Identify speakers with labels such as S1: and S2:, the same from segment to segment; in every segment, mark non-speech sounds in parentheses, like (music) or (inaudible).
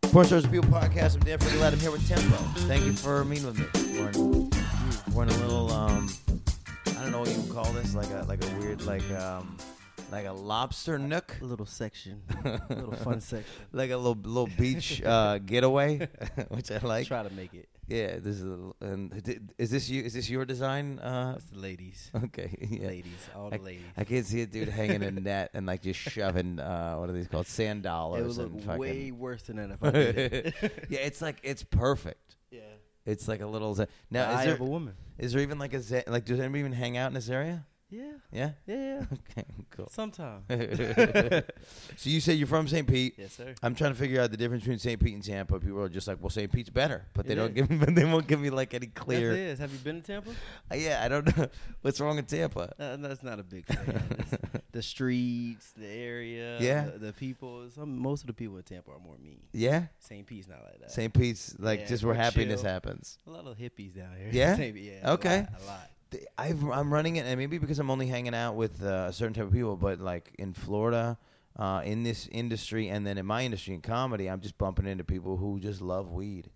S1: Pushers People Podcast. I'm Dan Glad I'm here with Tempo. Thank you for meeting with me. We're in,
S2: Mm.
S1: we're in a little, um, I don't know what you would call this, like a like a weird, like um, like a lobster nook, (laughs)
S2: A little section, a little fun section.
S1: like a little little beach uh, getaway, (laughs) which I like.
S2: Try to make it.
S1: Yeah, this is a, l- and did- is this you? Is this your design? Uh,
S2: That's the ladies,
S1: (laughs) okay, yeah.
S2: ladies, all the
S1: I,
S2: ladies.
S1: I can see a dude hanging a net and like just shoving uh, what are these called sand
S2: it would
S1: dollars and
S2: look
S1: fucking
S2: way worse than that if
S1: (laughs)
S2: I did it. (laughs)
S1: yeah, it's like it's perfect.
S2: yeah.
S1: It's like a little za-
S2: Now,
S1: now. Is
S2: a
S1: there,
S2: woman.
S1: is there even like a za- like? Does anybody even hang out in this area?
S2: Yeah,
S1: Yeah. (laughs)
S2: yeah, yeah.
S1: Okay. Cool. (laughs)
S2: Sometime. (laughs)
S1: so you say you're from St. Pete.
S2: yes, sir.
S1: I'm trying to figure out the difference between St. Pete and Tampa. People are just like, well, St. Pete's better, but they
S2: It
S1: don't
S2: is.
S1: give (laughs) me. But they won't give me like any
S2: That's
S1: clear.
S2: it. Have you been to Tampa?
S1: Uh, yeah, I don't know (laughs) what's wrong with Tampa.
S2: Uh, no, that's not a big thing.
S1: (laughs)
S2: It's the streets, the area,
S1: Yeah.
S2: the, the people. Some most of the people in Tampa are more mean.
S1: Yeah,
S2: St. Pete's not like that.
S1: St. Pete's like
S2: yeah,
S1: just where
S2: we're
S1: happiness
S2: chill.
S1: happens.
S2: A lot of hippies down here. (laughs)
S1: Yeah?
S2: St. Pete, yeah. a
S1: Okay.
S2: lot, A lot.
S1: th- I've, I'm running it, and maybe because I'm only hanging out with uh, a certain type of people, but like in Florida, uh, in this industry, and then in my industry in comedy, I'm just bumping into people who just love weed.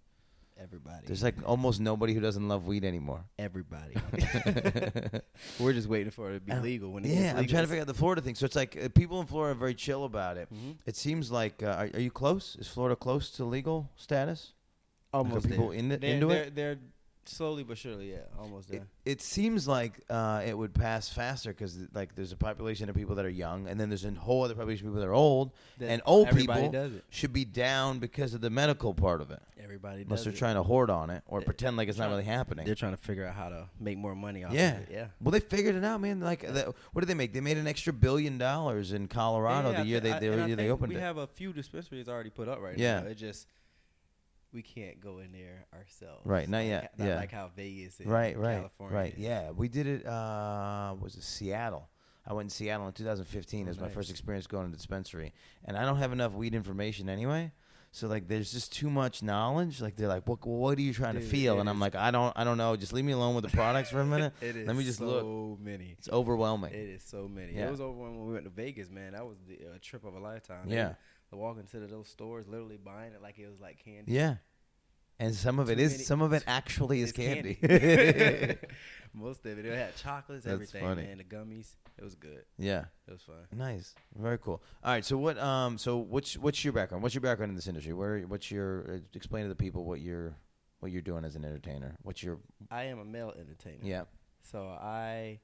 S2: Everybody.
S1: There's like almost nobody who doesn't love weed anymore. (laughs)
S2: everybody. (laughs) We're just waiting for it to be legal when it
S1: Um, yeah,
S2: gets
S1: I'm trying to
S2: legal.
S1: figure out the Florida thing. So it's like uh, people in Florida are very chill about it.
S2: Mhm.
S1: It seems like uh, are, are you close? Is Florida close to legal status?
S2: almost
S1: Are people
S2: there.
S1: in the-
S2: they're,
S1: into
S2: they're,
S1: it?
S2: They're slowly but surely, yeah, almost
S1: It,
S2: there.
S1: it seems like uh, it would pass faster because like there's a population of people that are young, and then there's a whole other population of people that are old,
S2: That
S1: and old
S2: everybody
S1: people
S2: does it.
S1: should be down because of the medical part of it.
S2: Everybody
S1: Unless
S2: does
S1: they're
S2: it.
S1: trying to hoard on it or pretend like it's not
S2: trying-
S1: really happening.
S2: They're trying to figure out how to make more money off
S1: Yeah.
S2: of it. Yeah.
S1: Well, they figured it out, man. Like, the, what did they make? They made an extra billion dollars in Colorado
S2: Yeah,
S1: the year
S2: I thi- I-
S1: they
S2: and
S1: the
S2: I
S1: year they
S2: think
S1: opened
S2: we
S1: it.
S2: have a few dispensaries already put up right
S1: Yeah.
S2: now. It just we can't go in there ourselves.
S1: Right, not
S2: Like-
S1: yet,
S2: Not
S1: yeah.
S2: like how Vegas is.
S1: right, right,
S2: California
S1: right.
S2: is.
S1: Yeah, we did it. Uh, was it Seattle? I went in Seattle in 2015. it was my
S2: Oh, nice.
S1: first experience going to dispensary, and I don't have enough weed information anyway. So like, there's just too much knowledge. Like they're like, what, what are you trying to
S2: Dude,
S1: feel?
S2: it
S1: And I'm
S2: is-
S1: like, I don't, I don't know. Just leave me alone with the products for a
S2: (laughs)
S1: minute.
S2: It is
S1: Let me just
S2: so
S1: look.
S2: many.
S1: It's overwhelming.
S2: It is so many.
S1: Yeah.
S2: It was over when we went to Vegas, man. That was the, a trip of a lifetime.
S1: Yeah.
S2: And Walking to those stores, literally buying it like it was like candy.
S1: Yeah. And some of it
S2: Too
S1: is
S2: many-
S1: some
S2: (laughs)
S1: of it actually is
S2: It's
S1: candy.
S2: (laughs) Most of it. It had chocolates,
S1: That's
S2: everything,
S1: funny.
S2: man. The gummies. It was good.
S1: (laughs) yeah.
S2: It was fun.
S1: Nice. Very cool. All right, so what um so what's what's your background? What's your background in this industry? Where what's your uh, explain to the people what you're what you're doing as an entertainer? What's your
S2: I am a male entertainer.
S1: Yeah.
S2: So I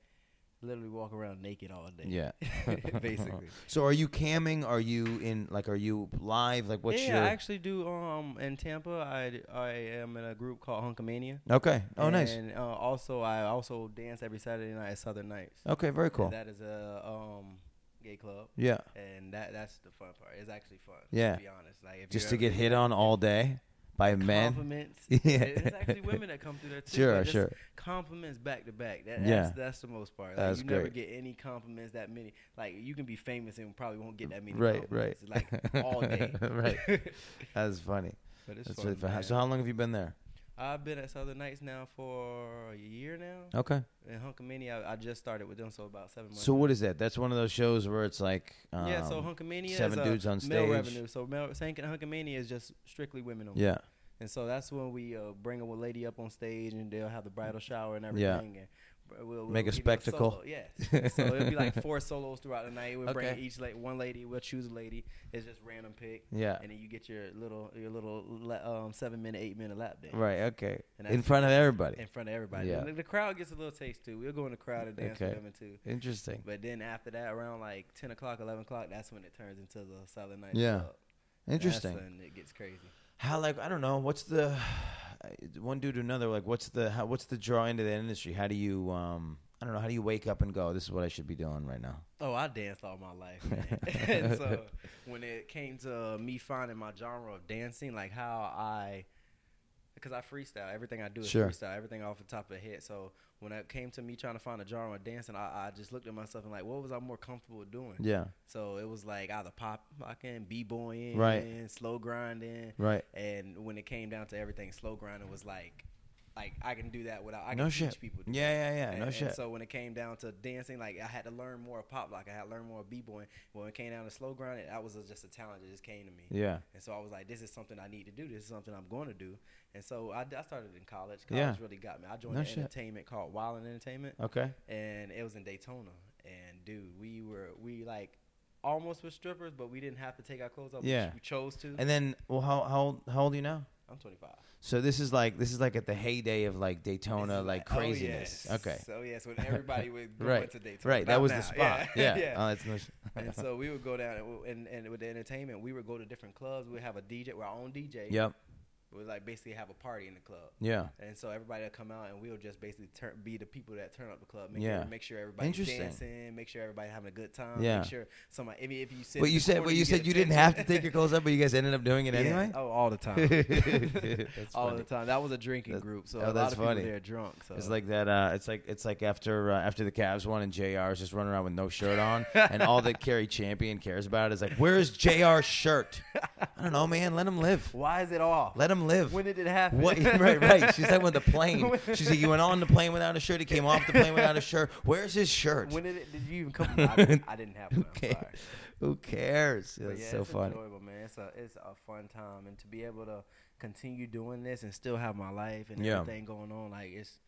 S2: literally walk around naked all day.
S1: Yeah.
S2: (laughs) Basically.
S1: So are you camming? Are you in like are you live? Like (laughs) what's
S2: yeah,
S1: your
S2: I actually do um in Tampa. I, I am in a group called Hunkamania.
S1: Okay. Oh nice.
S2: And uh, also I also dance every Saturday night at Southern Nights.
S1: Okay, very cool.
S2: That is a um gay club.
S1: yeah.
S2: And that that's the fun part. It's actually fun.
S1: Yeah.
S2: To be honest. Like if
S1: Just to
S2: you're
S1: get
S2: (laughs) ever-
S1: hit on all day by men.
S2: compliments.
S1: (laughs) Yeah.
S2: It's actually women that come through there too.
S1: Sure,
S2: but (laughs) just
S1: sure.
S2: Compliments back to back. That,
S1: Yeah.
S2: that's, yeah. that's the most part. Like,
S1: That's
S2: you never
S1: great.
S2: get any compliments that many. Like you can be famous and probably won't get that many.
S1: Right, right.
S2: compliments,
S1: (laughs)
S2: Like all day. (laughs)
S1: Right. That's funny.
S2: but it's
S1: That's
S2: fun,
S1: really fun. How-
S2: man.
S1: So how long have you been there?
S2: I've been at Southern Nights now for a year now.
S1: Okay.
S2: And Hunkamania, I, I just started with them, so about seven months.
S1: So what is that? That's one of those shows where it's like um,
S2: yeah, so Hunkamania
S1: seven
S2: is a
S1: dudes on
S2: male
S1: stage.
S2: revenue. So male, Sank and Hunkamania is just strictly women only.
S1: Yeah,
S2: And so that's when we uh, bring a lady up on stage and they'll have the bridal shower and
S1: Yeah.
S2: everything. And br- we'll,
S1: Make a
S2: give you
S1: spectacle.
S2: solo, Yes. so it'll be like four
S1: (laughs)
S2: solos throughout the night. We'll bring
S1: Okay.
S2: each like one lady. We'll choose a lady. It's just random pick.
S1: yeah,
S2: And then you get your little your little la- um, seven minute, eight minute lap dance
S1: right, okay.
S2: And
S1: In
S2: that's-
S1: front of everybody.
S2: in front of everybody.
S1: Yeah.
S2: And the- the crowd gets a little taste too. We'll go in the crowd and dance
S1: Okay.
S2: with them too.
S1: Interesting.
S2: But then after that, around like ten o'clock, eleven o'clock, that's when it turns into the Southern Night.
S1: Yeah.
S2: Club.
S1: Interesting.
S2: That's when it gets crazy.
S1: How like I don't know. What's the (sighs) one dude to another? Like what's the how, what's the draw into the industry? How do you um I don't know. How do you wake up and go? This is what I should be doing right now.
S2: Oh, I danced all my life. Man.
S1: (laughs)
S2: (laughs) and so when it came to me finding my genre of dancing, like how I, because I freestyle, everything I do is
S1: Sure.
S2: freestyle, everything off the top of the head. So when it came to me trying to find a genre of dancing, I, I just looked at myself and like, what was I more comfortable doing?
S1: Yeah,
S2: So it was like either pop locking, b boying,
S1: Right.
S2: slow grinding,
S1: right.
S2: and when it came down to everything, slow grinding was like like I can do that without I can
S1: no
S2: teach
S1: shit.
S2: people. to do
S1: Yeah, yeah, yeah.
S2: and,
S1: no
S2: and
S1: shit.
S2: so when it came down to dancing, like I had to learn more of pop lock. I had to learn more of b-boy. When it came down to slow grinding, that was just a talent that just came to me.
S1: yeah.
S2: And so I was like, this is something I need to do. This is something I'm going to do. And so I, I started in college. College
S1: Yeah.
S2: really got me. I joined
S1: No
S2: an
S1: shit.
S2: entertainment called Wildin Entertainment,
S1: Okay.
S2: and it was in Daytona. And dude, we were we like almost were strippers, but we didn't have to take our clothes off. We ch-
S1: Yeah.
S2: we chose to.
S1: And then, well, how how old, how old are you now?
S2: I'm 25.
S1: So this is like this is like at the heyday of like
S2: This
S1: Daytona,
S2: is
S1: like
S2: oh,
S1: craziness.
S2: yes.
S1: Okay.
S2: So yes, when
S1: (laughs)
S2: everybody would go
S1: Right.
S2: into Daytona.
S1: Right. That
S2: Not
S1: was
S2: now.
S1: the spot.
S2: (laughs)
S1: Yeah. Oh, that's no sh-
S2: and so we would go down and, we- and, and with the entertainment, we would go to different clubs. We'd have a DJ, our own DJ.
S1: Yep.
S2: We'd like basically have a party in the club.
S1: Yeah.
S2: And so everybody will come out and we'll just basically turn, be the people that turn up the club. Make,
S1: Yeah.
S2: sure, make sure everybody's
S1: Interesting.
S2: dancing. Make sure everybody's having a good time.
S1: Yeah.
S2: Make sure somebody, if, you- if you sit.
S1: But
S2: in
S1: you
S2: the
S1: said
S2: corner,
S1: but you
S2: get
S1: said you didn't have
S2: attention.
S1: to take your
S2: (laughs)
S1: clothes up, but you guys ended up doing it
S2: Yeah.
S1: anyway.
S2: Oh, all the
S1: (laughs)
S2: time. (laughs)
S1: That's
S2: all the
S1: funny.
S2: time. That was a drinking
S1: That's-
S2: group. So
S1: oh,
S2: a lot
S1: that's
S2: of people
S1: funny.
S2: there drunk. So
S1: It's like that. Uh, it's like it's like after uh, after the Cavs won and Jr. is just running around with no shirt on, and all that Kerry Champion cares about is like, where's Jr.'s shirt?
S2: (laughs)
S1: I don't know, man. Let him live.
S2: why is it off?
S1: Let him live.
S2: when did it happen? (laughs)
S1: What? (laughs) Right, right. She's like with the plane. She said, "You went on the plane without a shirt. He came off the plane without a shirt. Where's his shirt?
S2: (laughs) When did it? Did you
S1: (laughs)
S2: even come? I, didn't- I didn't have
S1: Who
S2: one. I'm
S1: cares?
S2: sorry.
S1: Who cares?
S2: But
S1: That's
S2: yeah,
S1: so
S2: it's
S1: funny.
S2: enjoyable, man. It's a it's a fun time, and to be able to continue doing this and still have my life and
S1: Yeah.
S2: everything going on, like it's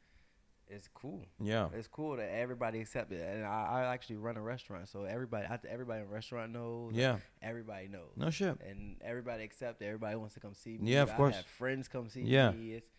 S2: it's cool.
S1: Yeah,
S2: It's cool that everybody accepted, it. and I, I actually run a restaurant, so everybody I, everybody in the restaurant knows.
S1: yeah.
S2: everybody knows,
S1: No shit.
S2: and everybody accepted. Everybody wants to come see me.
S1: Yeah, of
S2: I
S1: course.
S2: have friends come see
S1: Yeah.
S2: me. It's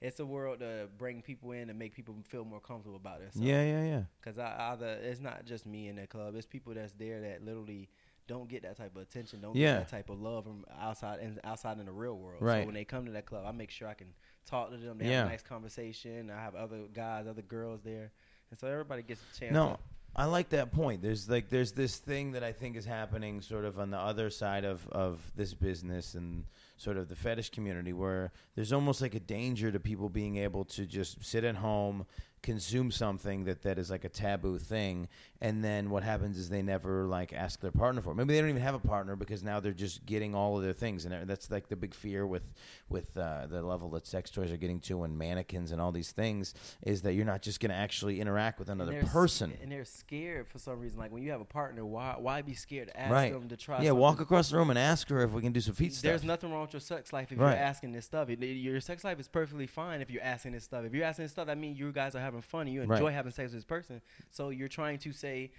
S2: it's a world to bring people in and make people feel more comfortable about themselves.
S1: Yeah, yeah, yeah.
S2: Cause I either it's not just me in the club. It's people that's there that literally don't get that type of attention, don't
S1: Yeah.
S2: get that type of love from outside and outside in the real world.
S1: Right.
S2: So when they come to that club, I make sure I can talk to them. They
S1: Yeah.
S2: have a nice conversation. I have other guys, other girls there, and so everybody gets a chance.
S1: No, I like that point. There's like there's this thing that I think is happening sort of on the other side of of this business and sort of the fetish community where there's almost like a danger to people being able to just sit at home consume something that that is like a taboo thing and then what happens is they never like ask their partner for it maybe they don't even have a partner because now they're just getting all of their things and that's like the big fear with with uh, the level that sex toys are getting to and mannequins and all these things is that you're not just going to actually interact with
S2: And
S1: another
S2: they're s-
S1: person
S2: and they're scared for some reason. Like when you have a partner, why why be scared to ask
S1: right.
S2: them to try?
S1: Yeah, walk
S2: something?
S1: across the room and ask her if we can do some feet stuff.
S2: There's nothing wrong with your sex life if
S1: Right.
S2: you're asking this stuff. It- Your sex life is perfectly fine if you're asking this stuff. If you're asking this stuff, that means you guys are having fun and you enjoy
S1: Right.
S2: having sex with this person. So you're trying to say,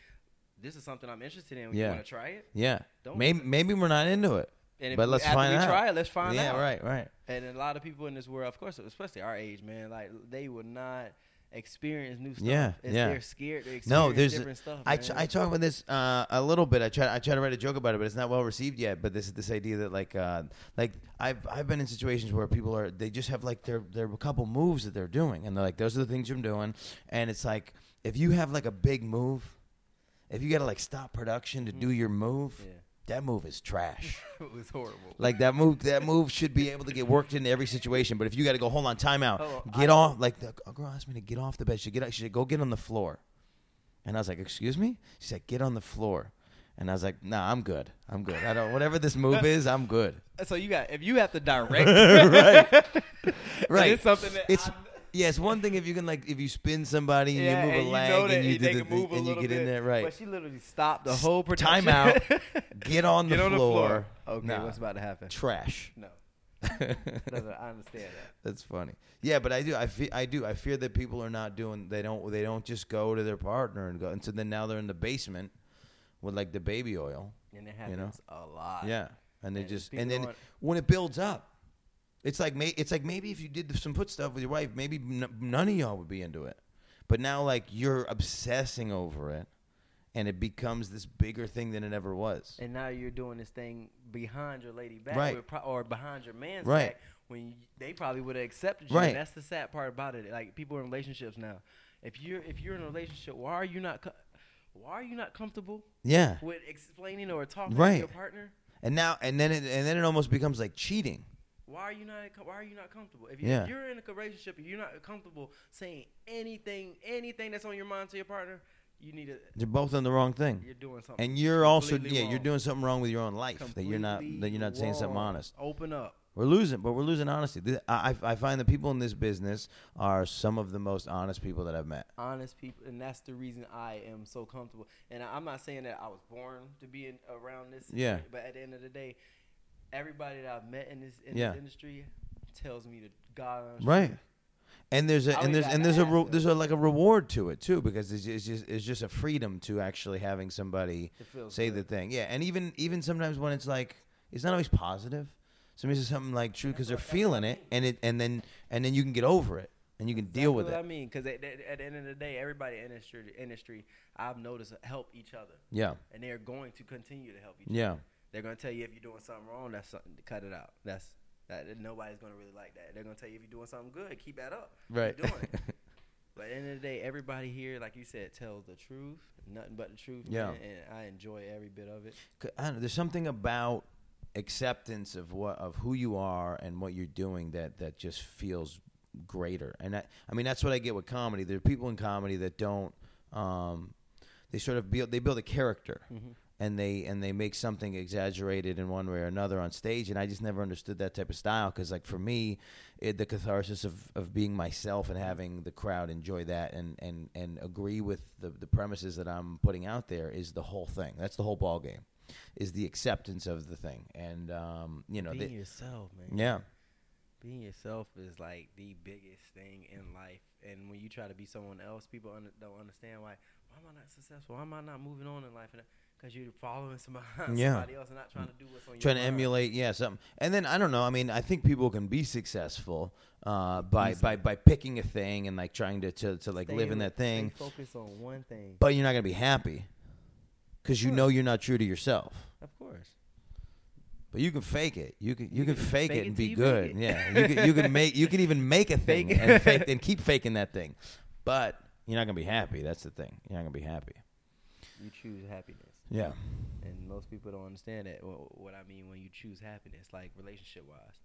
S2: this is something I'm interested in. You
S1: Yeah.
S2: want to try it?
S1: yeah,
S2: Don't-
S1: maybe maybe we're not into it,
S2: And if
S1: but
S2: we-
S1: let's
S2: after
S1: find
S2: we
S1: out.
S2: try it, let's find
S1: yeah,
S2: out.
S1: right, right.
S2: And a lot of people in this world, of course, especially our age, man, like they would not experience new stuff.
S1: Yeah,
S2: It's-
S1: yeah.
S2: They're scared to experience
S1: No, there's
S2: different stuff.
S1: I,
S2: man.
S1: t- I talk about this uh, a little bit. I try I try to write a joke about it, but it's not well received yet. But this is this idea that like uh, like I've I've been in situations where people are they just have like their their couple moves that they're doing, and they're like those are the things I'm doing, and it's like if you have like a big move, if you got to like stop production to do your move,
S2: Mm-hmm. Yeah.
S1: that move is trash.
S2: (laughs) it was horrible.
S1: Like that move, that move should be able to get worked into every situation. But if you got to go, hold on, timeout,
S2: Oh,
S1: get
S2: I-
S1: off. Like the a girl asked me to get off the bed. She said, get, out- she said, go get on the floor. And I was like, excuse me. She said, get on the floor. And I was like, nah, I'm good. I'm good. I don't. Whatever this
S2: (laughs)
S1: move is, I'm good.
S2: So you got if you have to
S1: (laughs)
S2: direct,
S1: Right.
S2: (laughs)
S1: Right.
S2: It's something that
S1: It's
S2: I'm-
S1: yeah. It's one thing if you can like if you spin somebody and you move
S2: and
S1: a
S2: you
S1: leg
S2: know that
S1: and you do
S2: they
S1: the
S2: can move
S1: thing
S2: a
S1: and you
S2: little
S1: get in
S2: bit,
S1: there right.
S2: But she literally stopped the
S1: S-
S2: whole production.
S1: timeout.
S2: (laughs)
S1: Get on the
S2: Get on the
S1: floor.
S2: floor. Okay,
S1: Nah.
S2: what's about to happen? (laughs)
S1: Trash.
S2: No, doesn't. I understand that.
S1: That's funny. Yeah, but I do. I fe- I do. I fear that people are not doing. They don't. They don't just go to their partner and go. And so then now they're in the basement with like the baby oil.
S2: And it
S1: (laughs) You
S2: happens
S1: know?
S2: a lot.
S1: Yeah, and they
S2: And
S1: just
S2: people
S1: and then
S2: aren't-
S1: when it builds up, it's like may, it's like maybe if you did some foot stuff with your wife, maybe n- none of y'all would be into it. But now like you're obsessing over it, and it becomes this bigger thing than it ever was.
S2: And now you're doing this thing behind your lady back,
S1: Right.
S2: with pro- or behind your man's
S1: Right.
S2: back, when you, they probably would have accepted you.
S1: Right.
S2: And that's the sad part about it. Like people in relationships now, if you're if you're in a relationship, why are you not? Co- why are you not comfortable
S1: Yeah,
S2: with explaining or talking
S1: Right.
S2: to your partner?
S1: and now and then it, and then it almost becomes like cheating.
S2: Why are you not? co- Why are you not comfortable? If, you,
S1: Yeah.
S2: if you're in a relationship and you're not comfortable saying anything, anything that's on your mind to your partner, you need to.
S1: They're both on the wrong thing.
S2: You're doing something.
S1: And you're also
S2: completely
S1: yeah, you're
S2: wrong.
S1: doing something wrong with your own life that you're not
S2: completely
S1: that you're not saying something
S2: wrong.
S1: honest.
S2: Open up.
S1: We're losing, but we're losing honesty. Th- I, I I find the people in this business are some of the most honest people that I've met.
S2: honest people, and that's the reason I am so comfortable. And I'm not saying that I was born to be in, around this,
S1: Yeah.
S2: industry, But at the end of the day, everybody that I've met in this, in
S1: Yeah.
S2: this industry tells me to God, honest
S1: Right.
S2: truth.
S1: And there's
S2: I
S1: a
S2: don't
S1: and there's
S2: even
S1: and there's
S2: have to
S1: a
S2: ask
S1: re-
S2: them.
S1: there's a, like a reward to it too because it's, it's just it's just a freedom to actually having somebody
S2: It feels
S1: say the
S2: good.
S1: thing. Yeah, and even even sometimes when it's like it's not always positive. Sometimes it's something like true because they're feeling it and it and then and then you can get over it and you can deal with
S2: That's what
S1: it.
S2: I mean, because at, at, at the end of the day, everybody in industry, industry I've noticed help each other,
S1: Yeah.
S2: and they're going to continue to help each other.
S1: Yeah.
S2: They're gonna tell you if you're doing something wrong, that's something to cut it out. That's that that nobody's gonna really like that. They're gonna tell you if you're doing something good, keep that up. Keep
S1: Right.
S2: doing
S1: (laughs)
S2: it. But at the end of the day, everybody here, like you said, tells the truth, nothing but the truth.
S1: Yeah.
S2: man, and I enjoy every bit of it.
S1: 'Cause I don't know, there's something about acceptance of what of who you are and what you're doing that that just feels greater. And I, I mean, that's what I get with comedy. There are people in comedy that don't. Um, they sort of build they build a character. And they and they make something exaggerated in one way or another on stage, and I just never understood that type of style because, like, for me, it, the catharsis of, of being myself and having the crowd enjoy that and, and, and agree with the, the premises that I'm putting out there is the whole thing. That's the whole ball game is the acceptance of the thing. And um, you know,
S2: Being
S1: they,
S2: yourself, man.
S1: yeah,
S2: Being yourself is like the biggest thing in life. And when you try to be someone else, people un- don't understand why. Why am I not successful? Why am I not moving on in life? Because you're following (laughs) somebody,
S1: Yeah.
S2: somebody else and not trying to do what's on your
S1: trying to
S2: mind.
S1: emulate, yeah, something. And then I don't know. I mean, I think people can be successful uh, by
S2: Easily.
S1: by by picking a thing and like trying to to, to like
S2: Stay
S1: live in
S2: on-
S1: that thing,
S2: stay focused on one thing.
S1: but you're not gonna be happy because you
S2: Sure.
S1: know you're not true to yourself.
S2: Of course.
S1: But you can fake it. You can you, can, fake,
S2: fake
S1: it
S2: it
S1: and
S2: till
S1: be
S2: you
S1: good.
S2: make it.
S1: Yeah, you can, you can make you can even make a thing
S2: (laughs) Fake it.
S1: and fake and keep faking that thing, but you're not gonna be happy. That's the thing. You're not gonna be happy.
S2: You choose happiness.
S1: Yeah.
S2: And most people don't understand that. Well, what I mean when you choose happiness, like relationship wise,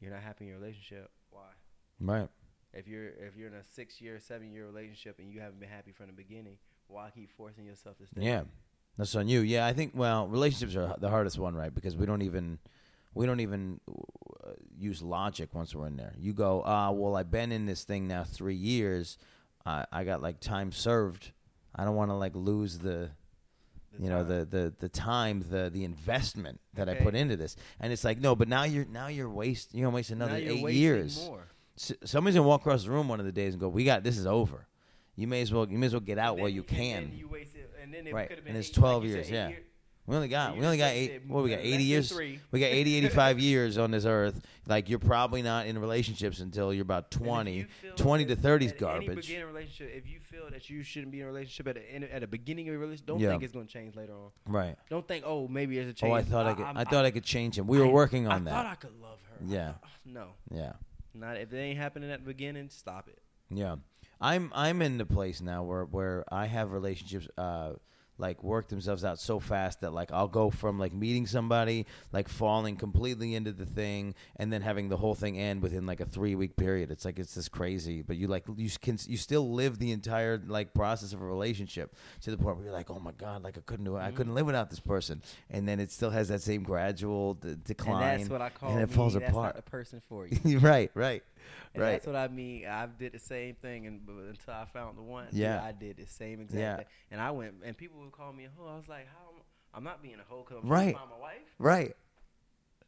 S2: you're not happy in your relationship. Why?
S1: Right.
S2: If you're if you're in a six year, seven year relationship and you haven't been happy from the beginning, why keep forcing yourself to stay?
S1: Yeah, that's on you. Yeah, I think. Well, relationships are the hardest one, right? Because we don't even we don't even uh, use logic once we're in there. You go, ah, well, I've been in this thing now three years. I I got like time served. I don't want to like lose the
S2: The
S1: you know
S2: time.
S1: the, the the time the the investment that I
S2: Okay.
S1: put into this. And it's like no, but now you're now you're waste you're gonna waste
S2: Now
S1: another
S2: you're
S1: eight
S2: wasting
S1: years.
S2: More.
S1: S- somebody's gonna walk across the room one of the days and go, we got this is over. You may as well you may as well get out
S2: And
S1: while
S2: then-
S1: you
S2: and then
S1: can.
S2: you wasted- and then it
S1: Right,
S2: could've
S1: and
S2: been
S1: it's
S2: eight- like
S1: 12
S2: you said,
S1: years,
S2: eight
S1: yeah.
S2: year-
S1: We only got
S2: You
S1: we only got
S2: said
S1: eight.
S2: that
S1: What we got?
S2: less
S1: Eighty
S2: than
S1: years.
S2: three.
S1: We got 80,
S2: (laughs)
S1: 85 years on this earth. Like you're probably not in relationships until you're about
S2: And if
S1: 20.
S2: you feel
S1: 20 to
S2: that
S1: 30 is
S2: at Any
S1: garbage.
S2: beginning relationship, if you feel that you shouldn't be in a relationship at a, in- at a beginning of a relationship, don't
S1: Yeah.
S2: think it's going to change later on.
S1: right.
S2: Don't think, oh, maybe there's a change.
S1: Oh, I thought I, could.
S2: I'm-
S1: I thought I, could change him. We were
S2: I-
S1: working on that.
S2: I thought I could love her. I
S1: Yeah.
S2: thought- no,
S1: yeah.
S2: not if it ain't happening at the beginning. Stop it.
S1: Yeah, I'm I'm in the place now where where I have relationships uh like work themselves out so fast that like I'll go from like meeting somebody like falling completely into the thing and then having the whole thing end within like a 3 week period it's like it's this crazy but you like you can you still live the entire like process of a relationship to the point where you're like oh my god like I couldn't do it
S2: Mm-hmm.
S1: I couldn't live without this person and then it still has that same gradual d- decline
S2: and that's what I call.
S1: and it
S2: me,
S1: falls
S2: that's
S1: apart
S2: Not the person for
S1: (laughs)
S2: you.
S1: right right
S2: And
S1: right
S2: That's what I mean. I did the same thing, and but until I found the one, dude,
S1: Yeah.
S2: I did the same exact
S1: Yeah.
S2: thing. And I went, and people would call me a hoe. I was like, how? am- I'm not being a hoe because I'm
S1: Right.
S2: trying to find my wife.
S1: right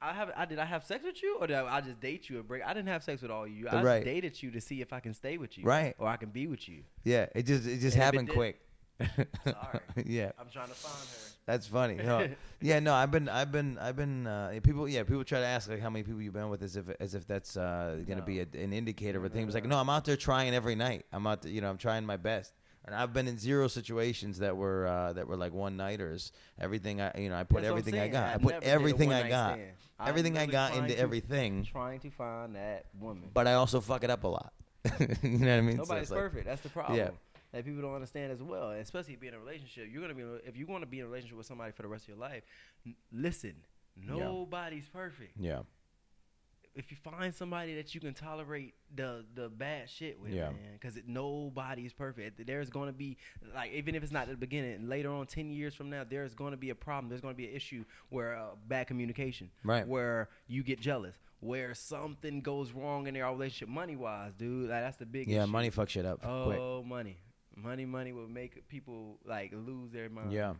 S2: I have. I did. I have sex with you, or did I, I just date you and break? I didn't have sex with all you. I just
S1: Right.
S2: dated you to see if I can stay with you,
S1: Right.
S2: Or I can be with you.
S1: Yeah, it just it just
S2: And if it
S1: happened
S2: did-
S1: quick.
S2: Sorry.
S1: (laughs) yeah,
S2: I'm trying to find her.
S1: that's funny.
S2: (laughs)
S1: No. yeah, no, I've been I've been I've been uh, people yeah people try to ask like how many people you've been with as if as if that's uh, gonna be a, an indicator of a thing. It's like no, I'm out there trying every night. I'm out there, you know I'm trying my best. And I've been in zero situations that were uh, that were like one nighters. Everything I you know I put
S2: That's what I'm
S1: everything I
S2: saying.
S1: got. I
S2: I never
S1: put
S2: did a
S1: everything I
S2: one-night
S1: got.
S2: stand. I'm
S1: Everything I
S2: really
S1: got
S2: trying
S1: into
S2: to-
S1: everything.
S2: Trying to find that woman.
S1: But I also fuck it up a lot. (laughs) you know what I mean? So
S2: Nobody's
S1: it's like-
S2: perfect. That's the problem. That people don't understand as well, and especially being in a relationship. You're gonna be in a- if you want to be in a relationship with somebody for the rest of your life. N- listen, nobody's perfect.
S1: Yeah.
S2: If you find somebody that you can tolerate the the bad shit with,
S1: Yeah.
S2: man, because nobody's perfect. There's gonna be like even if it's not at the beginning, later on, ten years from now, there's gonna be a problem. There's gonna be an issue where uh, bad communication,
S1: Right.
S2: Where you get jealous, where something goes wrong in their relationship money wise, dude. Like that's the big
S1: Yeah,
S2: issue.
S1: money fucks shit up quick.
S2: Oh, money, money, money will make people like lose their mind.
S1: Yeah,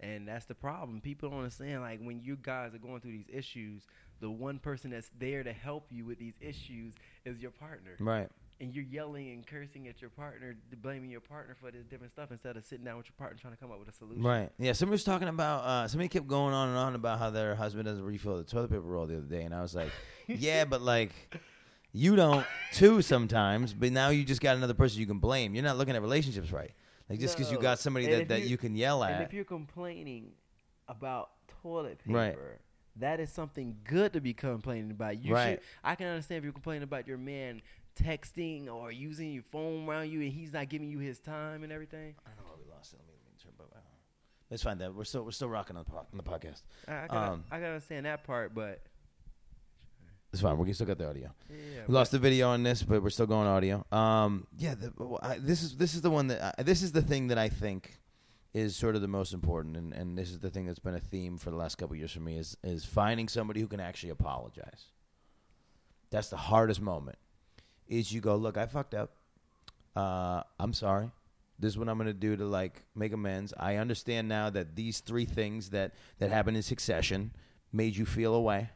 S2: and that's the problem. People don't understand. Like when you guys are going through these issues, the one person that's there to help you with these issues is your partner,
S1: right.
S2: and you're yelling and cursing at your partner, blaming your partner for this different stuff instead of sitting down with your partner trying to come up with a solution. (laughs)
S1: Right. Yeah. Somebody was talking about. Uh, somebody kept going on and on about how their husband doesn't refill the toilet paper roll the other day, and I was
S2: (laughs)
S1: like, "Yeah, but like, you don't too sometimes. But now you just got another person you can blame. You're not looking at relationships right. Like just because you
S2: No.
S1: got somebody
S2: And
S1: that,
S2: if
S1: that
S2: you-
S1: you can yell
S2: And
S1: at.
S2: if you're complaining about toilet paper,
S1: Right.
S2: that is something good to be complaining about. You
S1: Right.
S2: should, I can understand if you're complaining about your man texting or using your phone around you and he's not giving you his time and everything.
S1: I don't know why we lost it. Let me, let me turn back. my- Let's find that. We're still we're still rocking on the, po- on the podcast.
S2: I, I, gotta,
S1: Um,
S2: I gotta understand that part, but
S1: It's fine. We can still got the audio.
S2: yeah,
S1: We lost the video on this, but we're still going audio. Um, yeah, the, I, this is this is the one that I, this is the thing that I think is sort of the most important, and, and this is the thing that's been a theme for the last couple of years for me is is finding somebody who can actually apologize. That's the hardest moment. Is you go look, I fucked up. Uh, I'm sorry. This is what I'm gonna do to like make amends. I understand now that these three things that that happened in succession made you feel away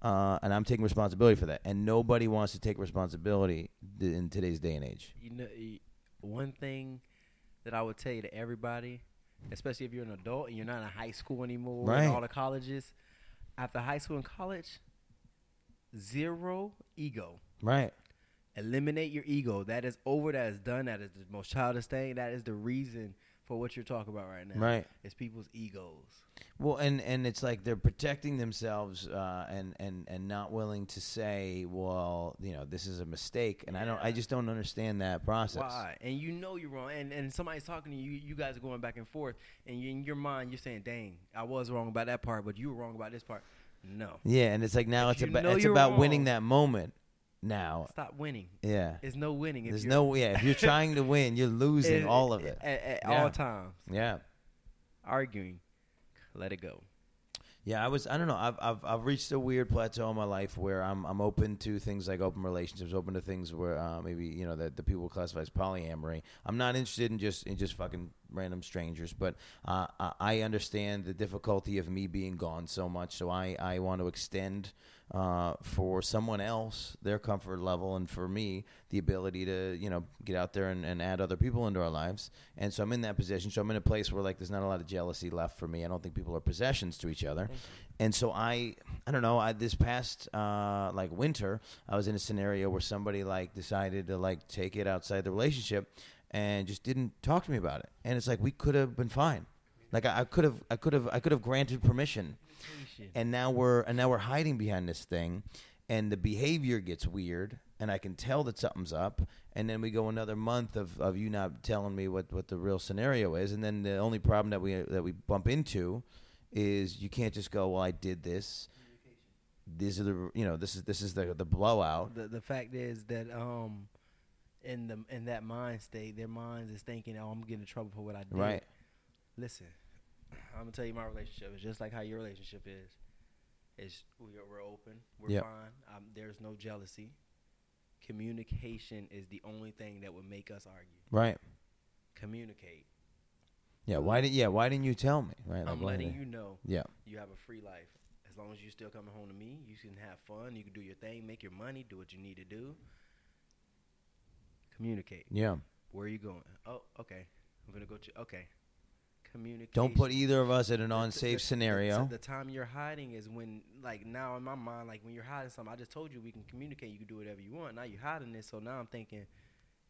S1: uh, and I'm taking responsibility for that. And nobody wants to take responsibility th- in today's day and age.
S2: you know, y- one thing that I would tell you to everybody, especially if you're an adult and you're not in high school anymore,
S1: Right.
S2: and all the colleges, after high school and college, zero ego.
S1: Right.
S2: Eliminate your ego. That is over. That is done. That is the most childish thing. That is the reason for what you're talking about right now.
S1: Right.
S2: It's people's egos.
S1: Well, and and it's like they're protecting themselves uh, and and and not willing to say, well, you know, this is a mistake, and I don't, I just don't understand that process.
S2: Why? And you know you're wrong. And and somebody's talking to you. You guys are going back and forth. And you, in your mind, you're saying, "Dang, I was wrong about that part, but you were wrong about this part." No.
S1: Yeah, and it's like now
S2: But
S1: it's
S2: you
S1: about
S2: know
S1: it's
S2: you're
S1: about
S2: wrong.
S1: winning that moment. Now,
S2: Stop winning.
S1: yeah,
S2: There's no winning. if
S1: there's
S2: you're-
S1: no, yeah, if you're trying to win, you're losing
S2: (laughs) at-
S1: all of it.
S2: at, at
S1: Yeah.
S2: all times.
S1: Yeah.
S2: Arguing. Let it go.
S1: Yeah, I was. I don't know. I've I've I've reached a weird plateau in my life where I'm I'm open to things like open relationships, open to things where uh, maybe you know that the people classify as polyamory. I'm not interested in just in just fucking random strangers, but uh, I, I understand the difficulty of me being gone so much, so I I want to extend uh, for someone else their comfort level and for me the ability to you know get out there and, and add other people into our lives and so i'm in that position so i'm in a place where like there's not a lot of jealousy left for me i don't think people are possessions to each other and so i i don't know i this past uh, like winter i was in a scenario where somebody like decided to like take it outside the relationship and just didn't talk to me about it and it's like we could have been fine like I could have, I could have, I could have granted permission, and now we're and now we're hiding behind this thing and the behavior gets weird and i can tell that something's up and then we go another month of, of you not telling me what, what the real scenario is and then the only problem that we that we bump into is you can't just go well i did this these are the you know this is this is the the blowout
S2: The the fact is that um in the in that mind state, their minds is thinking, "Oh, I'm getting in trouble for what I did."
S1: right
S2: Listen, I'm gonna tell you my relationship is just like how your relationship is. It's we're, we're open, we're
S1: Yep.
S2: fine. Um, there's no jealousy. Communication is the only thing that would make us argue.
S1: right
S2: Communicate.
S1: yeah why did yeah why didn't you tell me right
S2: I'm
S1: why
S2: letting
S1: did-
S2: you know
S1: yeah
S2: you have a free life. As long as you're still coming home to me, you can have fun, you can do your thing, make your money, do what you need to do. Communicate.
S1: yeah
S2: Where are you going? Oh, okay. I'm gonna go to okay. Communicate.
S1: don't put either of us in an
S2: The- the- the-
S1: unsafe
S2: the-
S1: scenario
S2: The, time you're hiding is when, like, now in my mind, like when you're hiding something, I just told you we can communicate. You can do whatever you want. Now you're hiding this, so now I'm thinking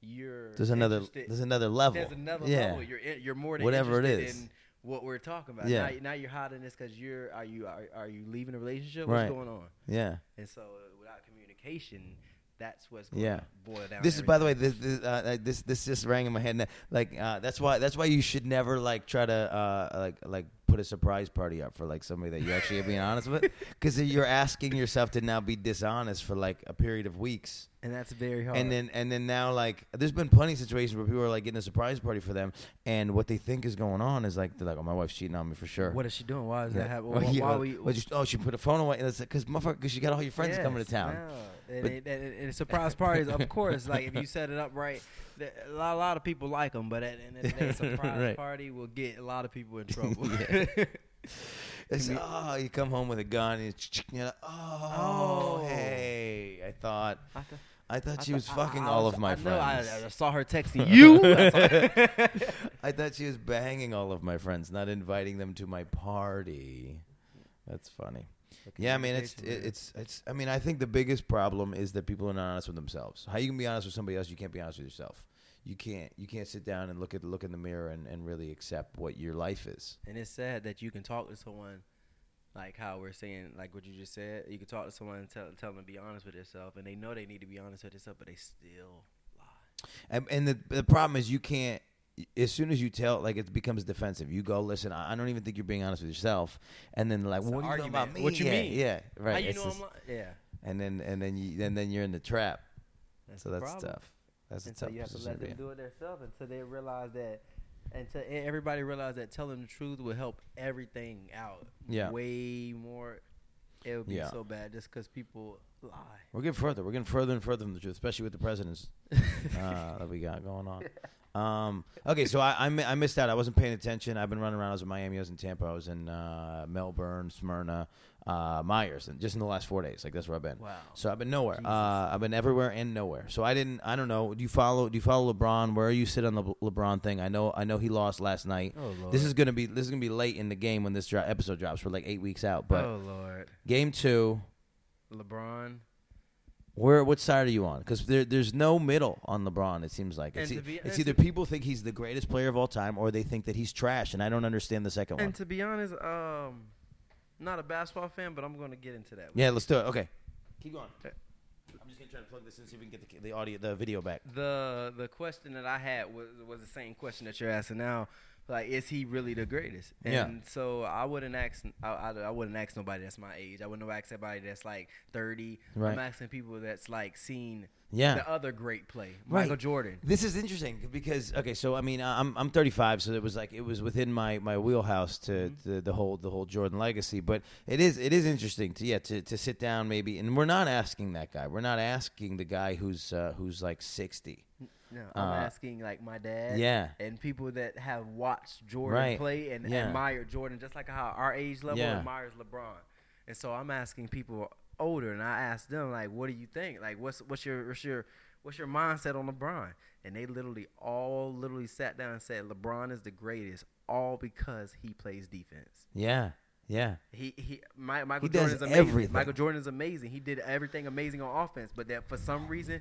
S2: you're
S1: there's another
S2: interested-
S1: there's another level
S2: there's another
S1: yeah
S2: level. You're in, you're more than
S1: Whatever it
S2: interested
S1: is.
S2: in what we're talking about.
S1: Yeah.
S2: Now, now you're hiding this because you're are you are, are you leaving a relationship?
S1: Right.
S2: What's going on?
S1: yeah
S2: And so uh, without communication, That's what's going
S1: Yeah.
S2: to boil down.
S1: This is, by the way, this this, uh, like, this this just rang in my head. Now. Like uh, that's why that's why you should never like try to uh, like like put a surprise party up for like somebody that you actually are being honest
S2: (laughs)
S1: with, because you're asking yourself to now be dishonest for like a period of weeks.
S2: and that's very hard.
S1: And then and then now like there's been plenty of situations where people are like getting a surprise party for them, and what they think is going on is like they're like, oh my wife's cheating on me for sure.
S2: what is she doing? Why is
S1: Yeah.
S2: that happening?
S1: (laughs) Well,
S2: Why,
S1: yeah,
S2: why
S1: well,
S2: we?
S1: well, just- oh, she put her phone away. And that's because motherfucker, because she got all your friends coming to
S2: Yes,
S1: town.
S2: no. And,
S1: But-
S2: it- and, and surprise parties, of course. Like if you set it up right, th- a lot, a lot of people like them. But at the end of
S1: (laughs)
S2: the day, a surprise
S1: Right.
S2: party will get a lot of people in
S1: (laughs)
S2: trouble. (laughs)
S1: Yeah. It's, oh, you come home with a gun. And it's, you're like, oh,
S2: Oh.
S1: hey, I thought,
S2: I th-
S1: I thought
S2: I
S1: she
S2: th-
S1: was
S2: I-
S1: fucking
S2: I
S1: all
S2: was-
S1: of my
S2: I know, I-
S1: friends.
S2: I, saw her
S1: (laughs)
S2: texting you. (laughs)
S1: I thought she was banging all of my friends, not inviting them to my party. That's funny. (laughs) Yeah, I mean, it's it, it's it's. I mean, I think the biggest problem is that people are not honest with themselves. How you can be honest with somebody else, you can't be honest with yourself. You can't you can't sit down and look at look in the mirror and, and really accept what your life is.
S2: and it's sad that you can talk to someone like how we're saying, like what you just said. You can talk to someone and tell, tell them to be honest with yourself, and they know they need to be honest with themselves, but they still lie.
S1: And, and the the problem is you can't. As soon as you tell, like it becomes defensive. You go, listen, I I don't even think you're being honest with yourself. And then like,
S2: It's
S1: what
S2: an
S1: are you talking about
S2: argument.
S1: me?
S2: What you
S1: yeah,
S2: mean?
S1: Yeah, right.
S2: How you
S1: It's
S2: know
S1: this-
S2: I'm lying? Yeah.
S1: and then and then you and then you're in the trap.
S2: That's
S1: so
S2: the
S1: that's
S2: problem.
S1: tough. That's a
S2: and so
S1: tough
S2: you have to
S1: position
S2: let
S1: to be
S2: them
S1: in.
S2: do it themselves until they realize that until e- everybody realize that telling the truth will help everything out
S1: Yeah.
S2: way more it would be
S1: Yeah.
S2: so bad just because people lie
S1: We're getting further. We're getting further and further from the truth, especially with the presidents (laughs)
S2: (laughs)
S1: uh, that we got going on. Um, okay, so I, I mi- I missed out. I wasn't paying attention. I've been running around. I was in Miami. I was in Tampa. I was in uh, Melbourne, Smyrna, uh, Myers, and just in the last four days. Like that's where I've been.
S2: wow Oh,
S1: So I've been nowhere.
S2: Jesus.
S1: Uh, I've been everywhere and nowhere. So I didn't. I don't know. Do you follow? Do you follow LeBron? Where you sit on the Le- LeBron thing? I know. I know he lost last night.
S2: oh lord
S1: This is gonna be. This is gonna be late in the game when this dro- episode drops. We're like eight weeks out. But
S2: oh lord
S1: game two.
S2: lebron
S1: Where what side are you on? Because there, there's no middle on LeBron. It seems like it's,
S2: And
S1: e-
S2: to be-
S1: it's
S2: and
S1: either
S2: to-
S1: people think he's the greatest player of all time, or they think that he's trash. And I don't understand the second one.
S2: and to be honest um not a basketball fan but i'm gonna get into that
S1: Yeah, let's do it. Okay, keep going.
S2: Okay.
S1: I'm just gonna try to plug this in see if we can get the, the audio, the video back.
S2: the the question that I had was was the same question that you're asking now. Like, is he really the greatest? And
S1: Yeah.
S2: so I wouldn't ask. I, I, I wouldn't ask nobody that's my age. I wouldn't ask somebody that's like 30.
S1: Right.
S2: I'm asking people that's like seen
S1: Yeah.
S2: the other great play,
S1: Right.
S2: Michael Jordan.
S1: This is interesting because okay, so I mean, I'm I'm 35, so it was like it was within my, my wheelhouse to,
S2: Mm-hmm.
S1: to the whole the whole Jordan legacy. But it is it is interesting to yeah to, to sit down maybe, and we're not asking that guy. We're not asking the guy who's uh, who's like 60.
S2: No, I'm
S1: Uh,
S2: asking like my dad.
S1: yeah.
S2: And people that have watched Jordan
S1: Right.
S2: play and
S1: Yeah.
S2: admire Jordan, just like how our age level
S1: Yeah.
S2: admires LeBron. And so I'm asking people older, and I ask them like, "What do you think? Like, what's what's your what's your what's your mindset on LeBron?" And they literally all literally sat down and said, "LeBron is the greatest." All because he plays defense.
S1: Yeah, yeah.
S2: He he. My, Michael
S1: He
S2: Jordan
S1: does
S2: is amazing.
S1: everything.
S2: Michael Jordan is amazing. He did everything amazing on offense, but that for some reason,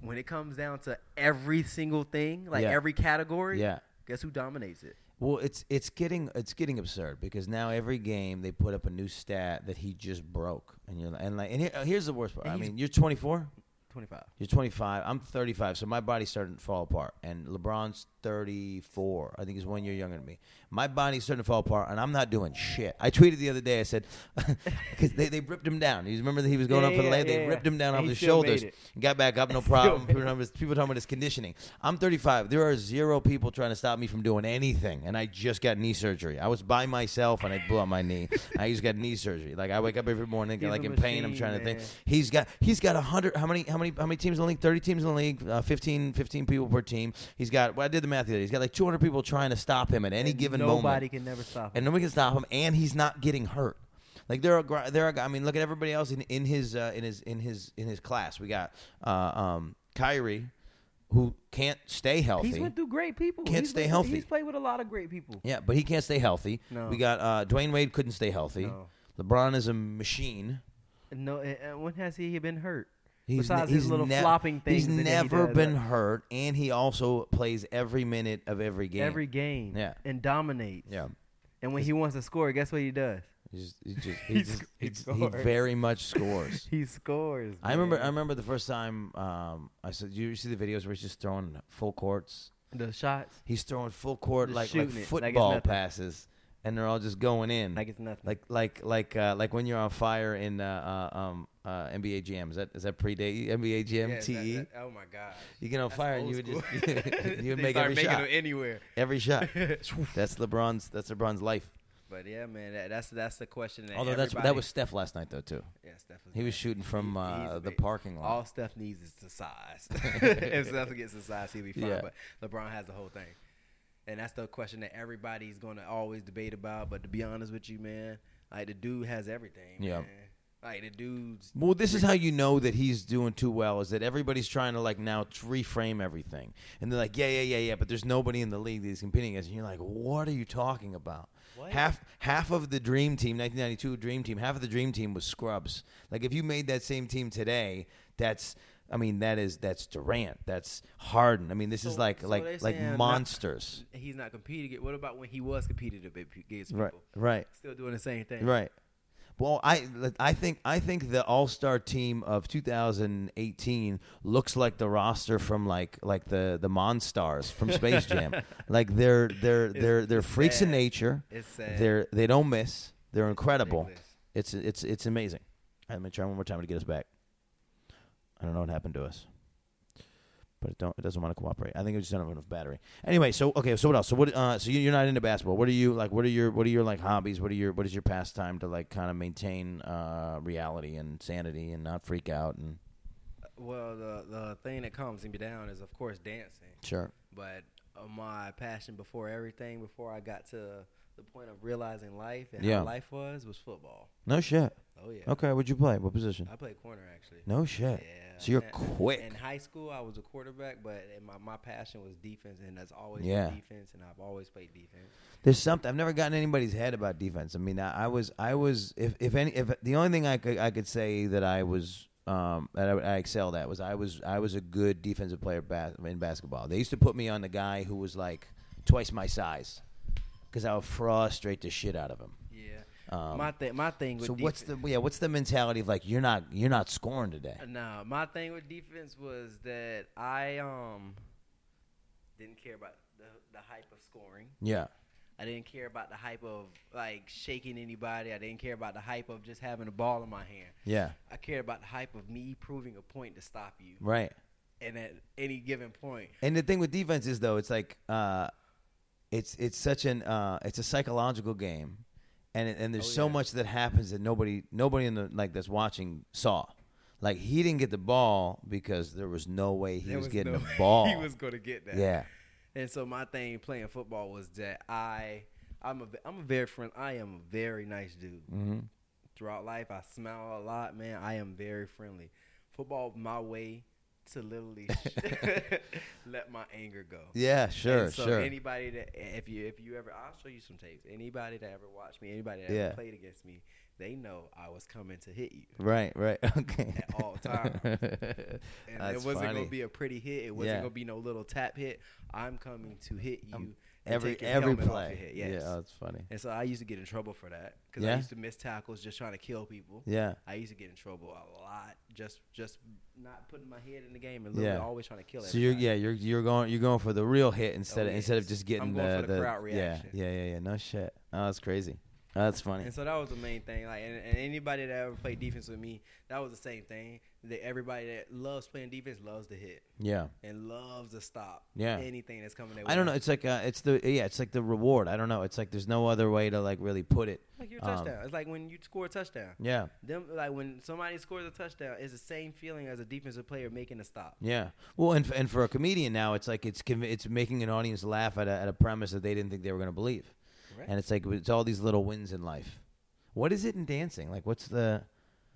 S2: when it comes down to every single thing, like
S1: Yeah.
S2: every category,
S1: Yeah.
S2: guess who dominates it?
S1: Well, it's it's getting it's getting absurd because now every game they put up a new stat that he just broke, and you're like, and like and here, here's the worst part.
S2: And
S1: I
S2: he's-
S1: mean, you're 24,
S2: Twenty five.
S1: you're 25, I'm 35, so my body's starting to fall apart, and LeBron's 34. I think he's one year younger than me. My body's starting to fall apart, and I'm not doing shit. I tweeted the other day. I said (laughs) because they, they ripped him down. You remember that he was going
S2: Yeah,
S1: up for the
S2: yeah,
S1: leg?
S2: yeah,
S1: they
S2: yeah.
S1: ripped him down off
S2: And he
S1: his
S2: still made
S1: shoulders.
S2: it.
S1: Got back
S2: (laughs)
S1: up, no problem. People talking, about, people talking about his conditioning. I'm 35. There are zero people trying to stop me from doing anything, and I just got knee surgery. I was by myself, and I blew out my
S2: (laughs)
S1: knee. I just got knee surgery. Like I wake up every morning,
S2: He's
S1: like
S2: a
S1: in pain. I'm
S2: machine,
S1: trying to
S2: man.
S1: think. He's got he's got a hundred. How many how many how many teams in the league? Thirty teams in the league. Uh, 15, 15 people per team. He's got. Well, I did the math the other day. He's got like two hundred people trying to stop him at any given
S2: nobody
S1: moment
S2: can never stop.
S1: and nobody can stop him, and he's not getting hurt. Like there are, gr- there are. I mean, look at everybody else in, in his uh, in his in his in his class. We got uh, um, Kyrie, who can't stay healthy.
S2: he's went through great people.
S1: Can't
S2: He's
S1: stay
S2: went-
S1: healthy.
S2: He's played with a lot of great people.
S1: yeah, but he can't stay healthy.
S2: No.
S1: We got uh, Dwayne Wade couldn't stay healthy.
S2: No.
S1: LeBron is a machine.
S2: No, and, and when has he been hurt?
S1: He's
S2: Besides
S1: ne-
S2: his
S1: he's
S2: little
S1: nev-
S2: flopping things.
S1: he's
S2: that he
S1: never
S2: does,
S1: been
S2: uh,
S1: hurt, and he also plays every minute of every game.
S2: every game.
S1: Yeah.
S2: and dominates.
S1: yeah,
S2: And when he wants to score, guess what he does?
S1: He just, he just,
S2: He (laughs)
S1: he, just,
S2: sc-
S1: he,
S2: he
S1: just- he
S2: scores.
S1: very much
S2: (laughs)
S1: scores.
S2: He scores.
S1: I remember, I
S2: man.
S1: remember the first time um, I said, you see the videos where he's just throwing full courts.
S2: the shots
S1: He's throwing full court
S2: Just
S1: like like
S2: shooting it, like it's
S1: football
S2: nothing.
S1: passes, and they're all just going in.
S2: like it's nothing.
S1: like like like uh, like when you're on fire in uh, uh, um, uh, NBA Jam. Is that is that predate NBA Jam
S2: Yeah, that-
S1: TE?
S2: that- oh my god.
S1: you get on
S2: That's
S1: E. fire and
S2: old
S1: you would just
S2: school.
S1: (laughs)
S2: (laughs)
S1: you would
S2: They
S1: make
S2: start
S1: every
S2: making
S1: shot,
S2: them
S1: (laughs)
S2: anywhere.
S1: every
S2: (laughs)
S1: shot. That's LeBron's. That's LeBron's life.
S2: But yeah, man, that, that's that's the question. That
S1: Although that's that
S2: everybody-
S1: was Steph last night though too.
S2: Yeah, Steph was
S1: He was
S2: bad.
S1: shooting from
S2: He- he's
S1: uh,
S2: a
S1: the
S2: big-
S1: parking lot.
S2: All Steph needs is the size. (laughs) if Steph gets the size, he'll be fine.
S1: Yeah.
S2: But LeBron has the whole thing, and that's the question that everybody's going to always debate about. But to be honest with you, man, like the dude has everything.
S1: Yeah.
S2: man. Like the dude's
S1: Well, this is how you know that he's doing too well is that everybody's trying to like now t- reframe everything, and they're like, yeah, yeah, yeah, yeah, but there's nobody in the league that he's competing against, and you're like, what are you talking about?
S2: What?
S1: Half half of the dream team, 1992 dream team, half of the dream team was scrubs. Like if you made that same team today, that's I mean that is that's Durant, that's Harden. I mean this is
S2: So-
S1: like
S2: so they
S1: like like
S2: saying not-
S1: monsters.
S2: he's not competing. What about when he was competing against people?
S1: Right, right.
S2: Still doing the same thing.
S1: Right. Well, I I think I think the All Star team of 2018 looks like the roster from like like the the Monstars from Space
S2: (laughs)
S1: Jam. like they're they're they're they're
S2: it's
S1: freaks of
S2: sad.
S1: nature.
S2: It's sad.
S1: They're they don't miss. They're incredible.
S2: Ridiculous.
S1: It's it's it's amazing. All right, let me try one more time to get us back. I don't know what happened to us, but it don't it doesn't want to cooperate. I think I just don't have enough battery. Anyway, so okay, so what else? So what? Uh, so you, you're not into basketball. What are you like? What are your what are your like hobbies? What are your what is your pastime to like kind of maintain uh, reality and sanity and not freak out and
S2: Well, the the thing that calms me down is, of course, dancing.
S1: sure.
S2: But uh, my passion before everything, before I got to the point of realizing life and
S1: Yeah.
S2: how life was, was football.
S1: No shit.
S2: Oh yeah.
S1: Okay, what'd you play? What position?
S2: I played corner actually.
S1: No shit.
S2: Yeah.
S1: So you're
S2: And-
S1: quick.
S2: In high school, I was a quarterback, but in my, my passion was defense, and that's always been
S1: Yeah.
S2: defense, and I've always played defense.
S1: There's something I've never gotten anybody's head about defense. I mean, I, I was, I was, if if any, if the only thing I could I could say that I was um, that I, I excelled at was I was I was a good defensive player bas- in basketball. They used to put me on the guy who was like twice my size because I would frustrate the shit out of him.
S2: Yeah.
S1: Um,
S2: my thing. My thing. With
S1: So what's
S2: defense-
S1: the yeah? What's the mentality of like you're not you're not scoring today?
S2: Nah, my thing with defense was that I um didn't care about the the hype of scoring.
S1: Yeah,
S2: I didn't care about the hype of like shaking anybody. I didn't care about the hype of just having a ball in my hand.
S1: yeah,
S2: I cared about the hype of me proving a point to stop you.
S1: right.
S2: And at any given point,
S1: And the thing with defense is though, it's like uh, it's it's such an uh, it's a psychological game, and it- and there's
S2: Oh,
S1: so
S2: yeah.
S1: much that happens that nobody nobody in the like that's watching saw. Like he didn't get the ball because there was no way he
S2: there
S1: was, getting
S2: no
S1: the
S2: way
S1: ball.
S2: (laughs) He was going to get that.
S1: yeah,
S2: And so my thing playing football was that I I'm a I'm a very friend. I am a very nice dude.
S1: hmm
S2: throughout life. I smile a lot, man. I am very friendly. Football, my way to
S1: (laughs)
S2: literally sh- let my anger go.
S1: yeah, sure,
S2: And so
S1: sure.
S2: Anybody that if you if you ever, I'll show you some tapes. Anybody that ever watched me, anybody that
S1: Yeah.
S2: ever played against me, they know I was coming to hit you.
S1: right, right, (laughs) okay.
S2: At all
S1: (laughs)
S2: times.
S1: and
S2: And it wasn't gonna be a pretty hit. It wasn't
S1: Yeah.
S2: gonna be no little tap hit. I'm coming to hit you.
S1: Um,
S2: and
S1: every
S2: take your
S1: every
S2: helmet off your
S1: play.
S2: head. Yes.
S1: Yeah, oh, that's funny.
S2: And so I used to get in trouble for that because I
S1: Yeah?
S2: used to miss tackles just trying to kill people.
S1: Yeah,
S2: I used to get in trouble a lot just just not putting my head in the game and literally
S1: Yeah.
S2: always trying to kill.
S1: So you're
S2: everybody.
S1: yeah you're you're going you're going for the real hit instead
S2: Oh,
S1: of instead of
S2: yes.
S1: just
S2: I'm
S1: getting
S2: going
S1: the,
S2: for the crowd reaction.
S1: Yeah, yeah yeah yeah no shit oh that's crazy oh, that's funny
S2: And so that was the main thing. Like, and, and anybody that ever played defense with me, that was the same thing. That everybody that loves playing defense loves to hit
S1: yeah
S2: and loves to stop.
S1: Yeah.
S2: anything that's coming. Their way.
S1: I don't know it's like uh, it's the yeah it's like the reward I don't know it's like there's no other way to like really put it
S2: Like your
S1: um,
S2: touchdown. It's like when you score a touchdown.
S1: yeah
S2: Them like when somebody scores a touchdown, it's the same feeling as a defensive player making a stop.
S1: yeah well and f- and for a comedian now it's like it's conv- it's making an audience laugh at a, at a premise that they didn't think they were gonna believe
S2: Correct.
S1: and it's like it's all these little wins in life what is it in dancing like what's the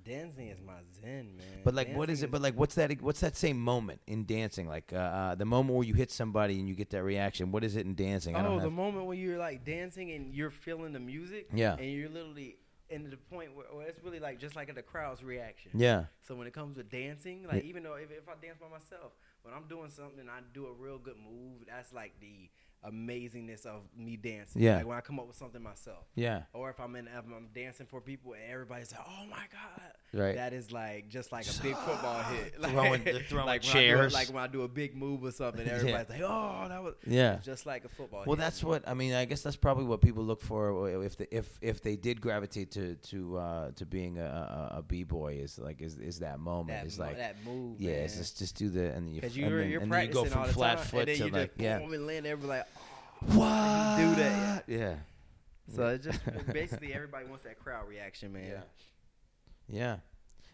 S2: Dancing is my zen, man.
S1: But like, what
S2: Dancing
S1: is it? But like, what's that? What's that same moment in dancing? Like uh, uh, the moment where you hit somebody and you get that reaction. What is it in dancing? I don't
S2: Oh,
S1: have,
S2: the moment when you're like dancing and you're feeling the music.
S1: Yeah.
S2: And you're literally in the point where, where it's really like just like the crowd's reaction.
S1: yeah,
S2: So when it comes to dancing, like
S1: Yeah.
S2: even though if, if I dance by myself, when I'm doing something and I do a real good move, that's like the amazingness of me dancing.
S1: Yeah.
S2: Like when I come up with something myself.
S1: Yeah.
S2: Or if I'm in, if I'm dancing for people and everybody's like, "Oh my god!"
S1: Right.
S2: That is like just like a
S1: (sighs)
S2: big football hit, (laughs) like,
S1: Throwing- they're throwing
S2: like When I do,
S1: chairs.
S2: a- like when I do a big move
S1: (laughs)
S2: or something, everybody's like, "Oh, that was
S1: Yeah.
S2: just like a football."
S1: Well,
S2: hit.
S1: that's what I mean. I guess that's probably what people look for uh, if the, if if they did gravitate to to uh, to being a, a, a b boy is like is is that moment
S2: that,
S1: is
S2: mo-
S1: like
S2: that move.
S1: yeah,
S2: man.
S1: it's just just do the and then you
S2: Cause
S1: and
S2: you're,
S1: then,
S2: you're
S1: and then you
S2: practicing
S1: go from
S2: all the
S1: flat
S2: time,
S1: foot
S2: and then
S1: to
S2: you
S1: like
S2: just
S1: yeah
S2: boom and land. Everybody like,
S1: what
S2: do that,
S1: yeah
S2: so
S1: (laughs)
S2: it's just basically everybody wants that crowd reaction, man.
S1: Yeah. Yeah,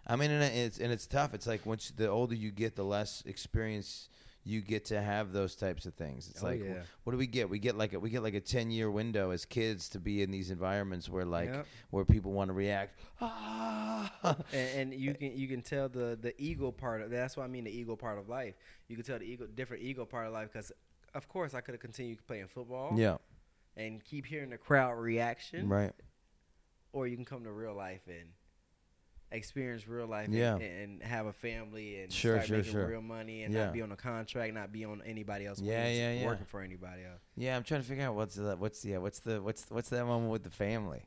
S1: I mean, and it's and it's tough. It's like once the older you get, the less experience you get to have those types of things. It's
S2: Oh,
S1: like,
S2: yeah.
S1: what do we get? We get like a, we get like a ten year window as kids to be in these environments where like
S2: Yep.
S1: where people want to react. (laughs) Ah!
S2: And, and you can you can tell the the ego part. Of, that's what I mean the ego part of life. You can tell the ego different ego part of life because, of course, I could have continued playing football
S1: yeah,
S2: and keep hearing the crowd reaction,
S1: right.
S2: or you can come to real life and experience real life
S1: Yeah.
S2: and, and have a family and
S1: Sure,
S2: start
S1: sure,
S2: making
S1: sure.
S2: real money and
S1: Yeah.
S2: not be on a contract, not be on anybody else.
S1: Yeah,
S2: wings,
S1: yeah, yeah.
S2: Working for anybody else.
S1: Yeah, I'm trying to figure out what's the what's the what's the what's what's that moment with the family.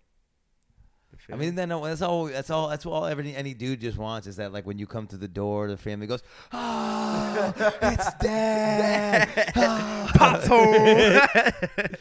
S1: I (laughs) mean, then uh, that's all. That's all. That's all. Every any dude just wants is that, like, when you come to the door, the family goes,
S2: (laughs)
S1: "Ah, it's dad, Ah." (laughs)
S2: Pops (laughs)
S1: And I don't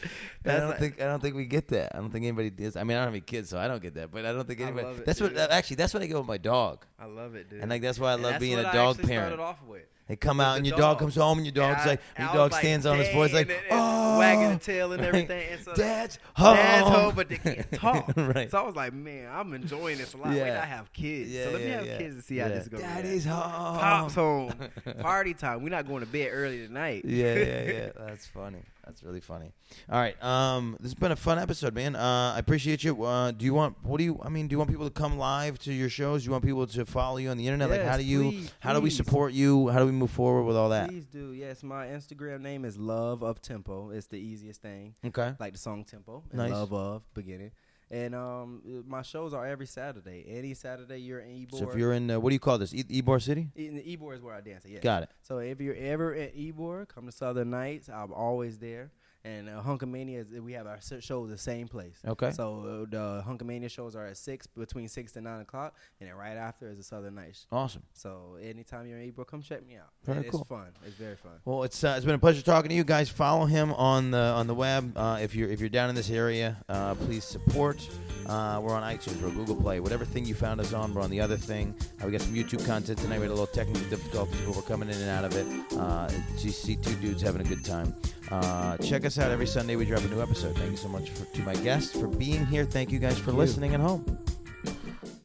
S2: That's like-
S1: think I don't think we get that. I don't think anybody does. I mean, I don't have any kids, so I don't get that. But I don't think
S2: I
S1: anybody.
S2: love it,
S1: that's
S2: dude.
S1: what actually. That's what I get with my dog,
S2: I love it, dude.
S1: and like that's why I
S2: And
S1: love
S2: that's
S1: being
S2: what
S1: a
S2: I
S1: dog
S2: actually
S1: parent.
S2: Started off with.
S1: They come
S2: was
S1: out, and
S2: the
S1: your dog.
S2: dog.
S1: comes home, and your dog's
S2: I-
S1: like,
S2: I
S1: your
S2: was
S1: dog
S2: like,
S1: stands on his porch, like,
S2: "Dang," and-
S1: oh,
S2: and wagging the tail and
S1: Right.
S2: everything,
S1: (laughs)
S2: and so, like,
S1: dad's home,
S2: Dad's home, but
S1: (laughs)
S2: they can't talk.
S1: right.
S2: So I was like, man, I'm enjoying this a lot. Wait,
S1: Yeah.
S2: I have kids.
S1: Yeah,
S2: so let me
S1: yeah,
S2: have
S1: yeah.
S2: kids and see how
S1: Yeah.
S2: this goes.
S1: Daddy's home.
S2: (laughs) Pops home.
S1: (laughs)
S2: Party time. We're not going to bed early tonight.
S1: yeah, yeah,
S2: (laughs)
S1: yeah. That's funny. That's really funny. All right. Um, this has been a fun episode, man. Uh, I appreciate you. Uh, do you want? What do you? I mean, do you want people to come live to your shows? Do you want people to follow you on the internet? like,
S2: Yes,
S1: how do you?
S2: please,
S1: how do we
S2: please.
S1: support you? How do we move forward with all that?
S2: Please do. Yes, my Instagram name is Love of Tempo. It's the easiest thing.
S1: Okay.
S2: like the song tempo and
S1: Nice.
S2: love of beginning and um uh, my shows are every saturday any saturday you're in ebor
S1: So if you're in, uh, what do you call this? E- Ybor City.
S2: in the ebor is where i dance at, yes.
S1: Got it.
S2: so if you're ever at ebor come to southern nights i'm always there and uh, Hunkamania, is, we have our s- shows the same place.
S1: Okay.
S2: So uh, the Hunkamania shows are at six, between six to nine o'clock, and then right after is the Southern Nights.
S1: Awesome.
S2: So anytime you're in Ebor, come check me out.
S1: Very
S2: And it's
S1: cool.
S2: fun. It's very fun.
S1: Well, it's uh, it's been a pleasure talking to you guys. Follow him on the on the web. Uh, if you're if you're down in this area, uh, please support. Uh, we're on iTunes, we're Google Play, whatever thing you found us on. We're on the other thing. Uh, we got some YouTube content tonight. We had a little technical difficulties, but we're coming in and out of it. Uh, just see two dudes having a good time. Uh, check us out every Sunday. We drop a new episode. Thank you so much for, to my guests for being here. Thank you guys for listening at home.